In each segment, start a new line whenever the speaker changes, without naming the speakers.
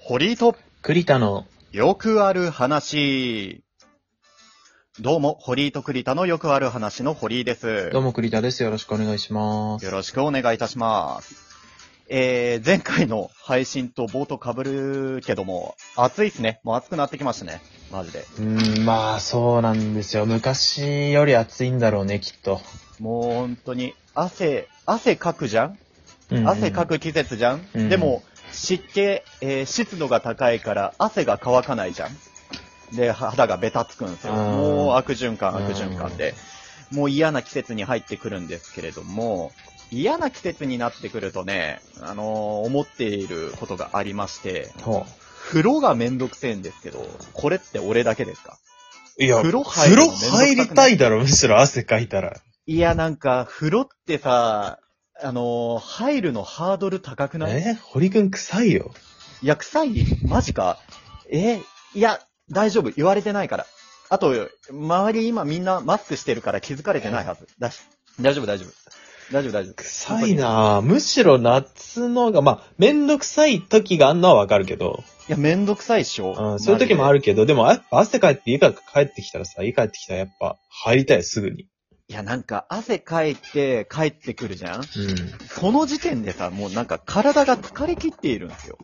堀井と
栗田の、
よくある話。どうも、堀井と栗田のよくある話の堀井です。
どうも栗田です。よろしくお願いします。
よろしくお願いいたします。えー、前回の配信と冒頭被るけども、暑いっすね。もう暑くなってきましたね。マジで。
うーん、まあそうなんですよ。昔より暑いんだろうね、きっと。
もう本当に、汗、汗かくじゃん
うんうん
汗か。く季節じゃん、
うん
でも、湿気、えー湿度が高いから汗が乾かないじゃんで、肌がベタつくんですよ。
うん
もう悪循環、悪循環で。もう嫌な季節に入ってくるんですけれども、嫌な季節になってくるとね、あのー思っていることがありまして、
ほ
風呂がめんどくせえんですけど、これって俺だけですか
う。いや、
風
風
呂
呂
入るの
入りたいだろ、むしろ汗かいたら。
いや、なんか、風呂ってさ、あのー入るのハードル高くない
え堀くん臭いよ。
いや、臭いマジか。えいや、大丈夫。言われてないから。あと、周り今みんなマスクしてるから気づかれてないはず。だし、大丈夫、大丈夫。大丈夫、大丈夫。
臭いなぁ。むしろ夏のが、まあ、めんどくさい時があんのはわかるけど、
いや、めんどくさいっしょ。
うん、そういう時もあ
る。
るけど、でもやっぱ汗かいて家から帰ってきたらさ、家帰ってきたらやっぱ入りたいよ、すぐに。
いや、なんか、汗かいて帰ってくるじゃん
う
その時点でさ、もうなんか体が疲れ切っているんですよ。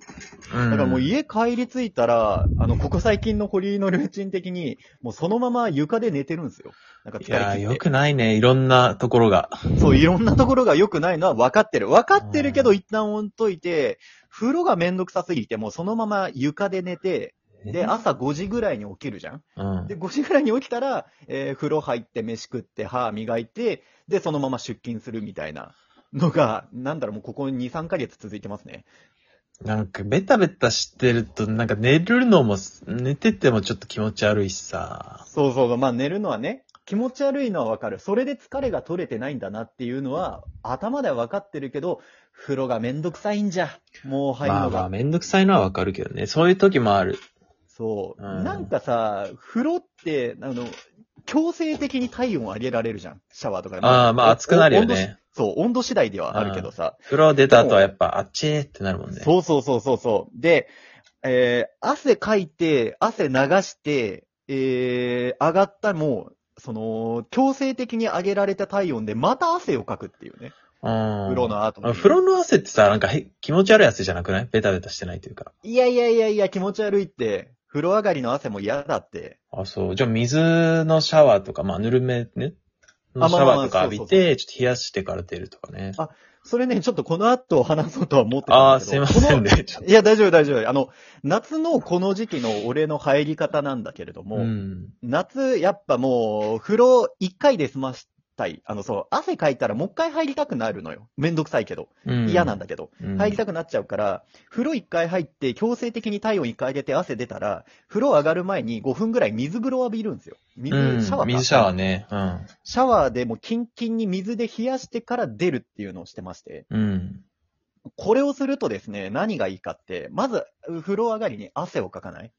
ん。
だからもう家帰り着いたら、あの、ここ最近の堀井のルーチン的に、もうそのまま床で寝てるんですよ。なんか疲
い
れ切っ
や
て。
よくないね、いろんなところが。
そう、いろんなところが良くないのは分かってる。分かってるけど
う
一旦置いといて、風呂がめんどくさすぎて、もうそのまま床で寝て、で、朝5時ぐらいに起きるじゃん
うん。
で、5時ぐらいに起きたら、えー風呂入って、飯食って、歯磨いて、で、そのまま出勤するみたいなのが、なんだろう、もうここ2、3ヶ月続いてますね。
なんか、ベタベタしてると、なんか寝るのも、寝ててもちょっと気持ち悪いしさ。
そうそうそう、まあ寝るのはね、気持ち悪いのは分かる。それで疲れが取れてないんだなっていうのは、頭では分かってるけど、風呂がめんどくさいんじゃ。もう入るの
ま
が。
あまあ、めんどくさいのはわかるけどね。そういう時もある。
そう。
うん
なんかさ、風呂って、あの、強制的に体温を上げられるじゃん。シャワーとかで
ああ、まあ暑くなる
お
よ。ね。
温度しそう、温度次第ではあるけどさ。
風呂出た後はやっぱ、あっちーってなるもんね。
そうそうそうそうそう。で、えー汗かいて、汗流して、えー上がったもう、その、強制的に上げられた体温で、また汗をかくっていうね。
うん。
風呂の後に
あ風呂の汗ってさ、なんかへ気持ち悪い汗じゃなくないベタベタしてないというか。
いやいやいやいや、気持ち悪いって。風呂上がりの汗も嫌だって。
あ、そう。じゃあ水のシャワーとか、まあぬるめね。のシャワーとか浴び
あまあまあ
て、ちょっと冷やしてから出るとかね。
それね、ちょっとこの後話そうとは思ってたんだけど。
ああ、すいませんね。ちょっ
いや、大丈夫、大丈夫。あの、夏のこの時期の俺の入り方なんだけれど
と
も、
うん。
夏、やっぱもう、風呂一回で済ましたい。あの、そう、汗かいたらもう一回入りたくなるのよ。めんどくさいけど。
うん
嫌なんだけど。
うん
入りたくなっちゃうから、風呂一回入って、強制的に体温一回上げて汗出たら、風呂上がる前に5分ぐらい水風呂浴びるんですよ。水、
うん
シャワーか
水シャワーね。うん。
シャワーでもうキンキンに水で冷やしてから出るっていうのをしてまして。
うん。
これをするとですね、何がいいかって、まず、風呂上がりに汗をかかない。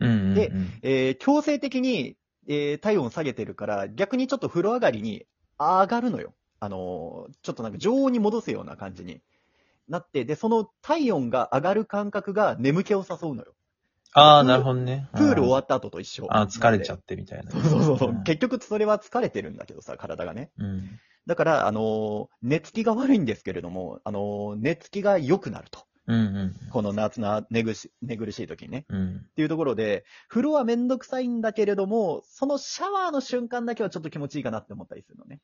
うんうんうん。
でえー強制的に、えー体温下げてるから、逆にちょっと風呂上がりに上がるのよ。あのーちょっとなんか常温に戻すような感じになって、で、その体温が上がる感覚が眠気を誘うのよ。
ああ、なるほどね。
プール終わ
っ
った後と一緒。
ああ、疲れちゃ
っ
ってみたいな。
そうそうそう。
ん
結局それは疲れてるんだけどさ、体がね。
うん。
だから、あのー寝つきが悪いんですけれども、あのー寝つきが良くなると。
うん
この夏の寝ぐし寝苦しい時にね。
うん。うん。
っていうところで、風呂はめんどくさいんだけれども、そのシャワーの瞬間だけはちょっと気持ちいいかなって思ったりするのね。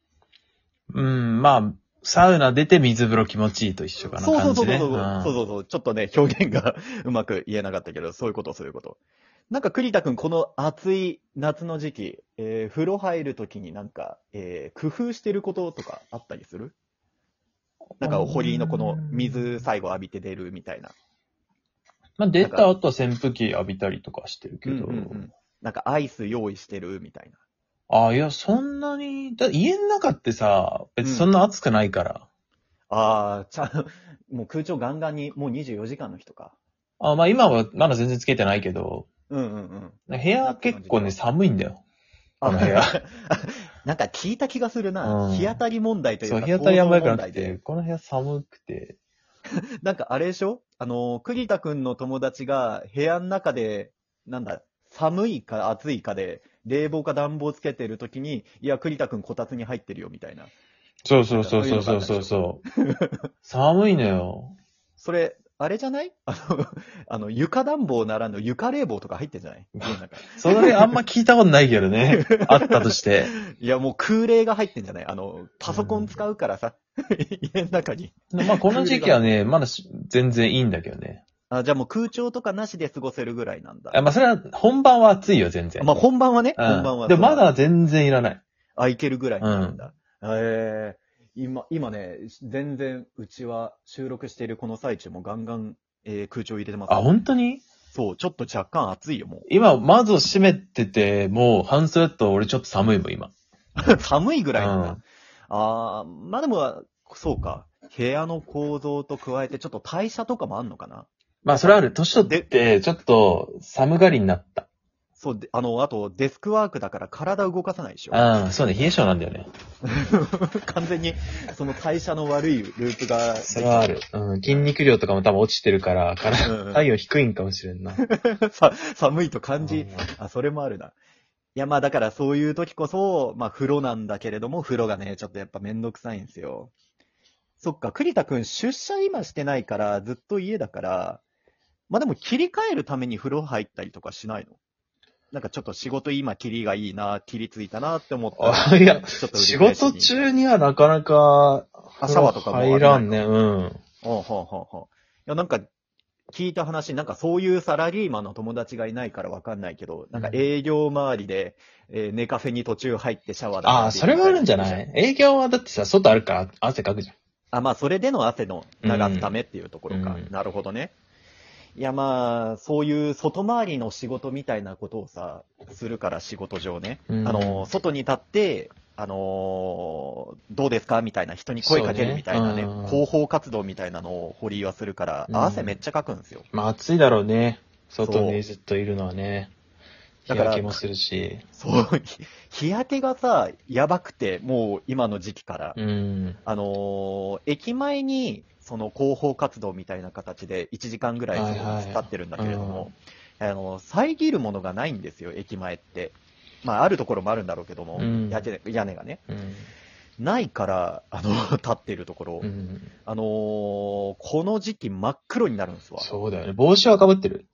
うん、まあ、サウナ出て水風呂気持ちいいと一緒かな。
そうそう
感
そう
じ
そうそ
ね
う、そう
う
そうそう。ちょっとね、表現がうまく言えなかったけど、そういうこと、そういうこと。なんか栗田くん、この暑い夏の時期、えー、風呂入る時になんか、えー、工夫してることとかあったりするなんか、堀井のこの水最後浴びて出るみたいな。
まあ、出た後は扇風機浴びたりとかしてるけど。
うんうんうんなんかアイス用意してるみたいな。
ああ、いや、そんなに、だ家の中ってさ、別にそんな暑くないから。
ああ、ちゃん、もう空調ガンガンに、もう24時間の人か。
あまあ、今はまだ全然つけてないけど、
うんうんうん。
部屋結構ね、寒いんだよ。
あ
この部屋
なんか聞いた気がするな。
うん
日当たり問題という
そ
か。
う、日当たりやばいから
行動
っ
問題で
て、この部屋寒くて。
なんかあれでしょあの、栗田くんの友達が部屋の中で、なんだ、寒いか暑いかで、冷房か暖房つけてるときに、いや、栗田くんこたつに入ってるよ、みたいな。
そうそうそうそうそうそうそう。 寒いのよ。
それ、あれじゃないあの、 あの、床暖房ならぬ床冷房とか入ってんじゃない家の中
それあんま聞いたことないけど ね。あったとして。
いや、もう空冷が入ってんじゃないあの、パソコン使うからさ、 家の中に。
まあこの時期はね、まだし全然いいんだけどね。
あ、じゃあもう空調とかなしで過ごせるぐらいなんだ。
あまあそれは本番は暑いよ、全然。
まあ本番はね、
うん
本番は。
でもまだ全然いらない。
あ、いけるぐらいになるんだ。ええ今、今ね、全然、うちは収録しているこの最中もガンガン、えー空調入れてます。
あ、本当に
そう、ちょっと若干暑いよ、も
今、窓閉めてて、もう半袖だと俺ちょっと寒いもん、今。
う。 寒いぐらいなんだ。
う
あーまあでも、そうか。部屋の構造と加えて、ちょっと代謝とかもあんのかな
まあそれはある。年取って、ちょっと寒がりになった。
そう、であの、あと、デスクワークだから体動かさないでしょ。
うん、そうね、冷え性なんだよね。
完全に、その代謝の悪いループが。
それはある。うん、筋肉量とかも多分落ちてるから、体
うんうん
体温低いんかもしれんな。
さ寒いと感じ、あ、それもあるな。いや、まあだからそういう時こそ、まあ風呂なんだけれども、風呂がね、ちょっとやっぱめんどくさいんですよ。そっか、栗田くん出社今してないから、ずっと家だから、まあでも切り替えるために風呂入ったりとかしないのなんかちょっと仕事今切りがいいな、切りついたなって思ったら。
あいや
ちょっと
仕
嬉しいに
事中にはなかなか、
あシャワーとかも
入らんね。うん。
ほうほうほうほう。いや、なんか、聞いた話、なんかそういうサラリーマンの友達がいないからわかんないけど、なんか営業周りで、えー、寝カフェに途中入ってシャワーだ
ああ、それはあるんじゃないい営業はだってさ、外あるから汗かくじゃん。
あ、まあ、それでの汗の流すためっていうところか。
うん
なるほどね。いや、まあ、そういう外回りの仕事みたいなことをさ、するから仕事上ね。
うん
あの、外に立って、あのどうですかみたいな、人に声かけるみたいなね、
そうねうん
広報活動みたいなのを堀井はするから、
うん
汗めっちゃかくんですよ。
まあ暑いだろうね。外
そう
にずっといるのはね。日
だから
焼けもするし。
そう、 ひ日焼けがさ、やばくて、もう今の時期から。
うん。
あのー駅前に、その広報活動みたいな形で1時間ぐらい
はいはい
経ってるんだけれども、あの遮るものがないんですよ、駅前って。まあ、あるところもあるんだろうけども、
うん
屋根屋根がね。
うん。
ないから、あの、 立ってるところ、
うん
あのーこの時期真っ黒になるんですわ。
そうだよね。帽子はかぶってる。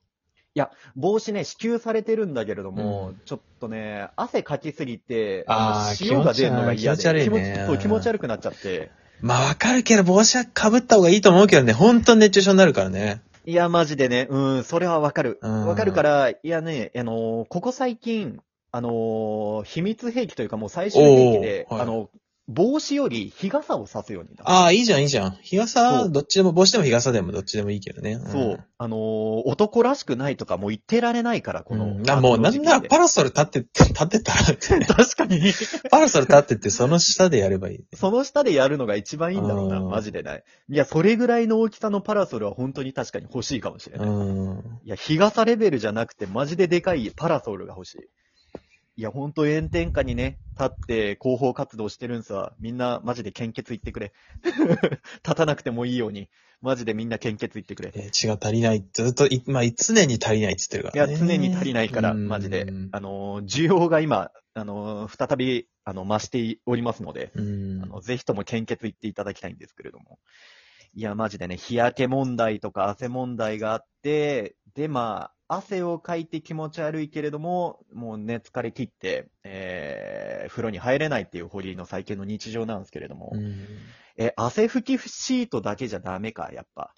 帽子ね、支給されてるんだけれども、
う
ちょっとね、汗かきすぎて、
あー
塩が出るのが嫌で、
気持ち悪い気持ち悪いね
気持ちそう気持ち悪くなっちゃって。
まあわかるけど、帽子はかぶった方がいいと思うけどね。本当に熱中症になるからね。
いや、マジでね、うん、それはわかる。
うん
わかるから、いやね、あのーここ最近、あのー秘密兵器というかもう最終兵器で、
おーはい
あの、帽子より日傘を差すようになった。
ああ、いいじゃん、いいじゃん。日
そ
傘、
う
どっちでも、帽子でも日傘でもどっちでもいいけどね。ん
そう。。あのー男らしくないとかもう言ってられないから、こ
こ
の、
の、なもうなんならパラソル立ってて、立ってたらって、
確かに。
パラソル立ってて、その下でやればいい。
その下でやるのが一番いいんだろうな、
うん
マジでない。いや、それぐらいの大きさのパラソルは本当に確かに欲しいかもしれな
う
い。
ん。
いや、日傘レベルじゃなくて、マジででかいパラソルが欲しい。いや、ほんと炎天下にね、立って広報活動してるんすわ。みんな、マジで献血行ってくれ。 立たなくてもいいように。マジでみんな献血行ってくれ。
え血が足りない。ずっとい、まあ、常に足りないって言ってる
い
から
や、
ね。
常に足りないから、マジで
うん。
あのー、需要が今、あのー、再び、あの、増しておりますので、
うん
あ。の、ぜひとも献血行っていただきたいんですけれども。いや、マジでね、日焼け問題とか汗問題があって、で、まあ、汗をかいて気持ち悪いけれども、もうね、疲れ切って、えー、風呂に入れないっていう堀井の最近の日常なんですけれども、
うん
え、汗拭きシートだけじゃダメか、やっぱ。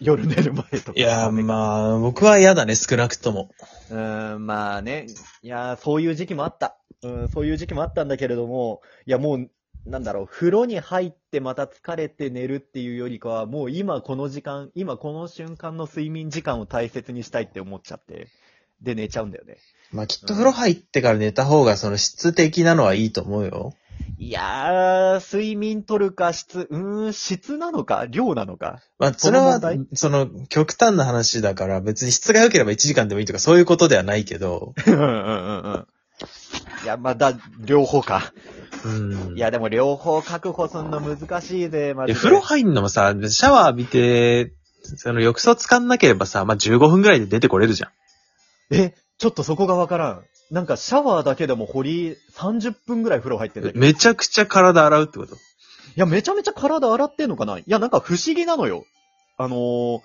夜寝る前とか。
いや、
ダメか
まあ、僕は嫌だね、少なくとも。
うーん、まあね。いやー、そういう時期もあった。うん、そういう時期もあったんだけれども、いや、もう、なんだろう、風呂に入ってまた疲れて寝るっていうよりかは、もう今この時間、今この瞬間の睡眠時間を大切にしたいって思っちゃって、で寝ちゃうんだよね。
まあ、きっと風呂入ってから寝た方が、その質的なのはいいと思うよ。
いやー、睡眠取るか質、うーん、質なのか、量なのか。
まあ、それは
その問、
その、極端な話だから、別に質が良ければ1時間でもいいとか、そういうことではないけど。
うんうんうんうん。いや、まだ、両方か。
うん。
いや、でも両方確保すんの難しいぜ、マ
い
ジで。
や風呂入んのもさ、シャワー浴びて、その浴槽使んなければさ、まあ、15分ぐらいで出てこれるじゃん。
え、ちょっとそこがわからん。なんかシャワーだけでも堀30分ぐらい風呂入ってんだけど。い
めちゃくちゃ体洗うってこと
や、めちゃめちゃ体洗ってんのかないや、なんか不思議なのよ。あのー、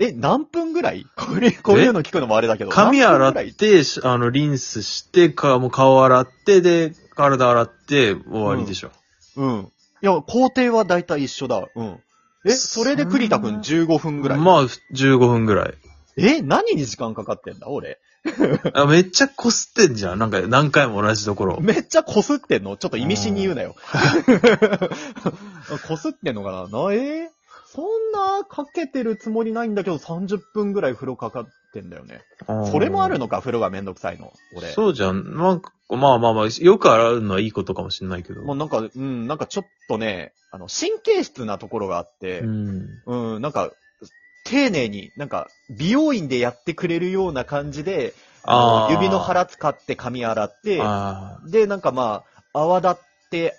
え、何分ぐらいこれ、こういうの聞くのもあれだけど。
髪
何分
洗
ぐらい
って、しあの、リンスして、か、もう顔洗って、で、体洗って、終わりでしょ。
うん。いや、工程は大体一緒だ。うん。え、それで栗田くん15分ぐらい。
まあ、15分ぐらい。
え、何に時間かかってんだ俺。
あめっちゃこすってんじゃん。なんか、何回も同じとこ ろ。
めっちゃこすってんのちょっと意味深に言うなよ。こすってんのかなな、えーそんなかけてるつもりないんだけど30分ぐらい風呂かかってんだよね。それもあるのか、風呂がめんどくさいの。俺。
そうじゃん。なんか、まあまあまあ、よく洗うのはいいことかもしれないけど。
もうなんか、うん、なんかちょっとね、あの、神経質なところがあって、
うん。
うん、なんか、丁寧に、なんか、美容院でやってくれるような感じで、あの指の
っ
腹使って髪洗って
て、あー
で、なんかまあ、泡立って、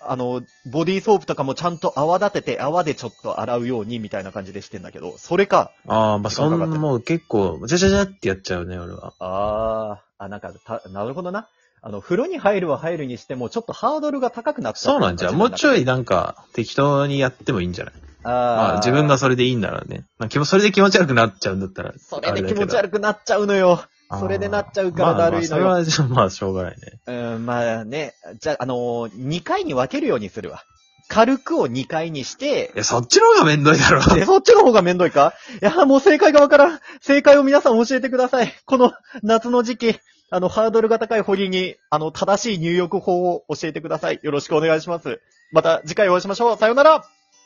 あの、ボディーソープとかもちゃんと泡立てて、泡でちょっと洗うようにみたいな感じでしてんだけど、それか。
あー、まあ
時間
そん
かかってる
なもう結構、じゃじゃじゃってやっちゃうね、俺は。
あー、あ、なんか、た、なるほどな。あの、風呂に入るは入るにしても、ちょっとハードルが高くなった
そうなんじゃん。もうち
い。
ょいなんか、適当にやってもいいんじゃない
あー、
まあ自分がそれでいいんならね。まあ気も、それで気持ち悪くなっちゃうんだったら。
それで気持ち
い。
悪くなっちゃうのよ。それでなっちゃうからだるいのよ
まあまあ、それは、まあしょうがないね。
うん、まあね、じゃあ、あのー、2回に分けるようにするわ。軽くを2回にして
い、や、そっちの方がめんどいだろ。
え、そっちの方がめんどいかいや、もう正解がわからん。正解を皆さん教えてください。この夏の時期、あの、ハードルが高い堀に、あの、正しい入浴法を教えてください。よろしくお願いします。また次回お会いしましょう。さようなら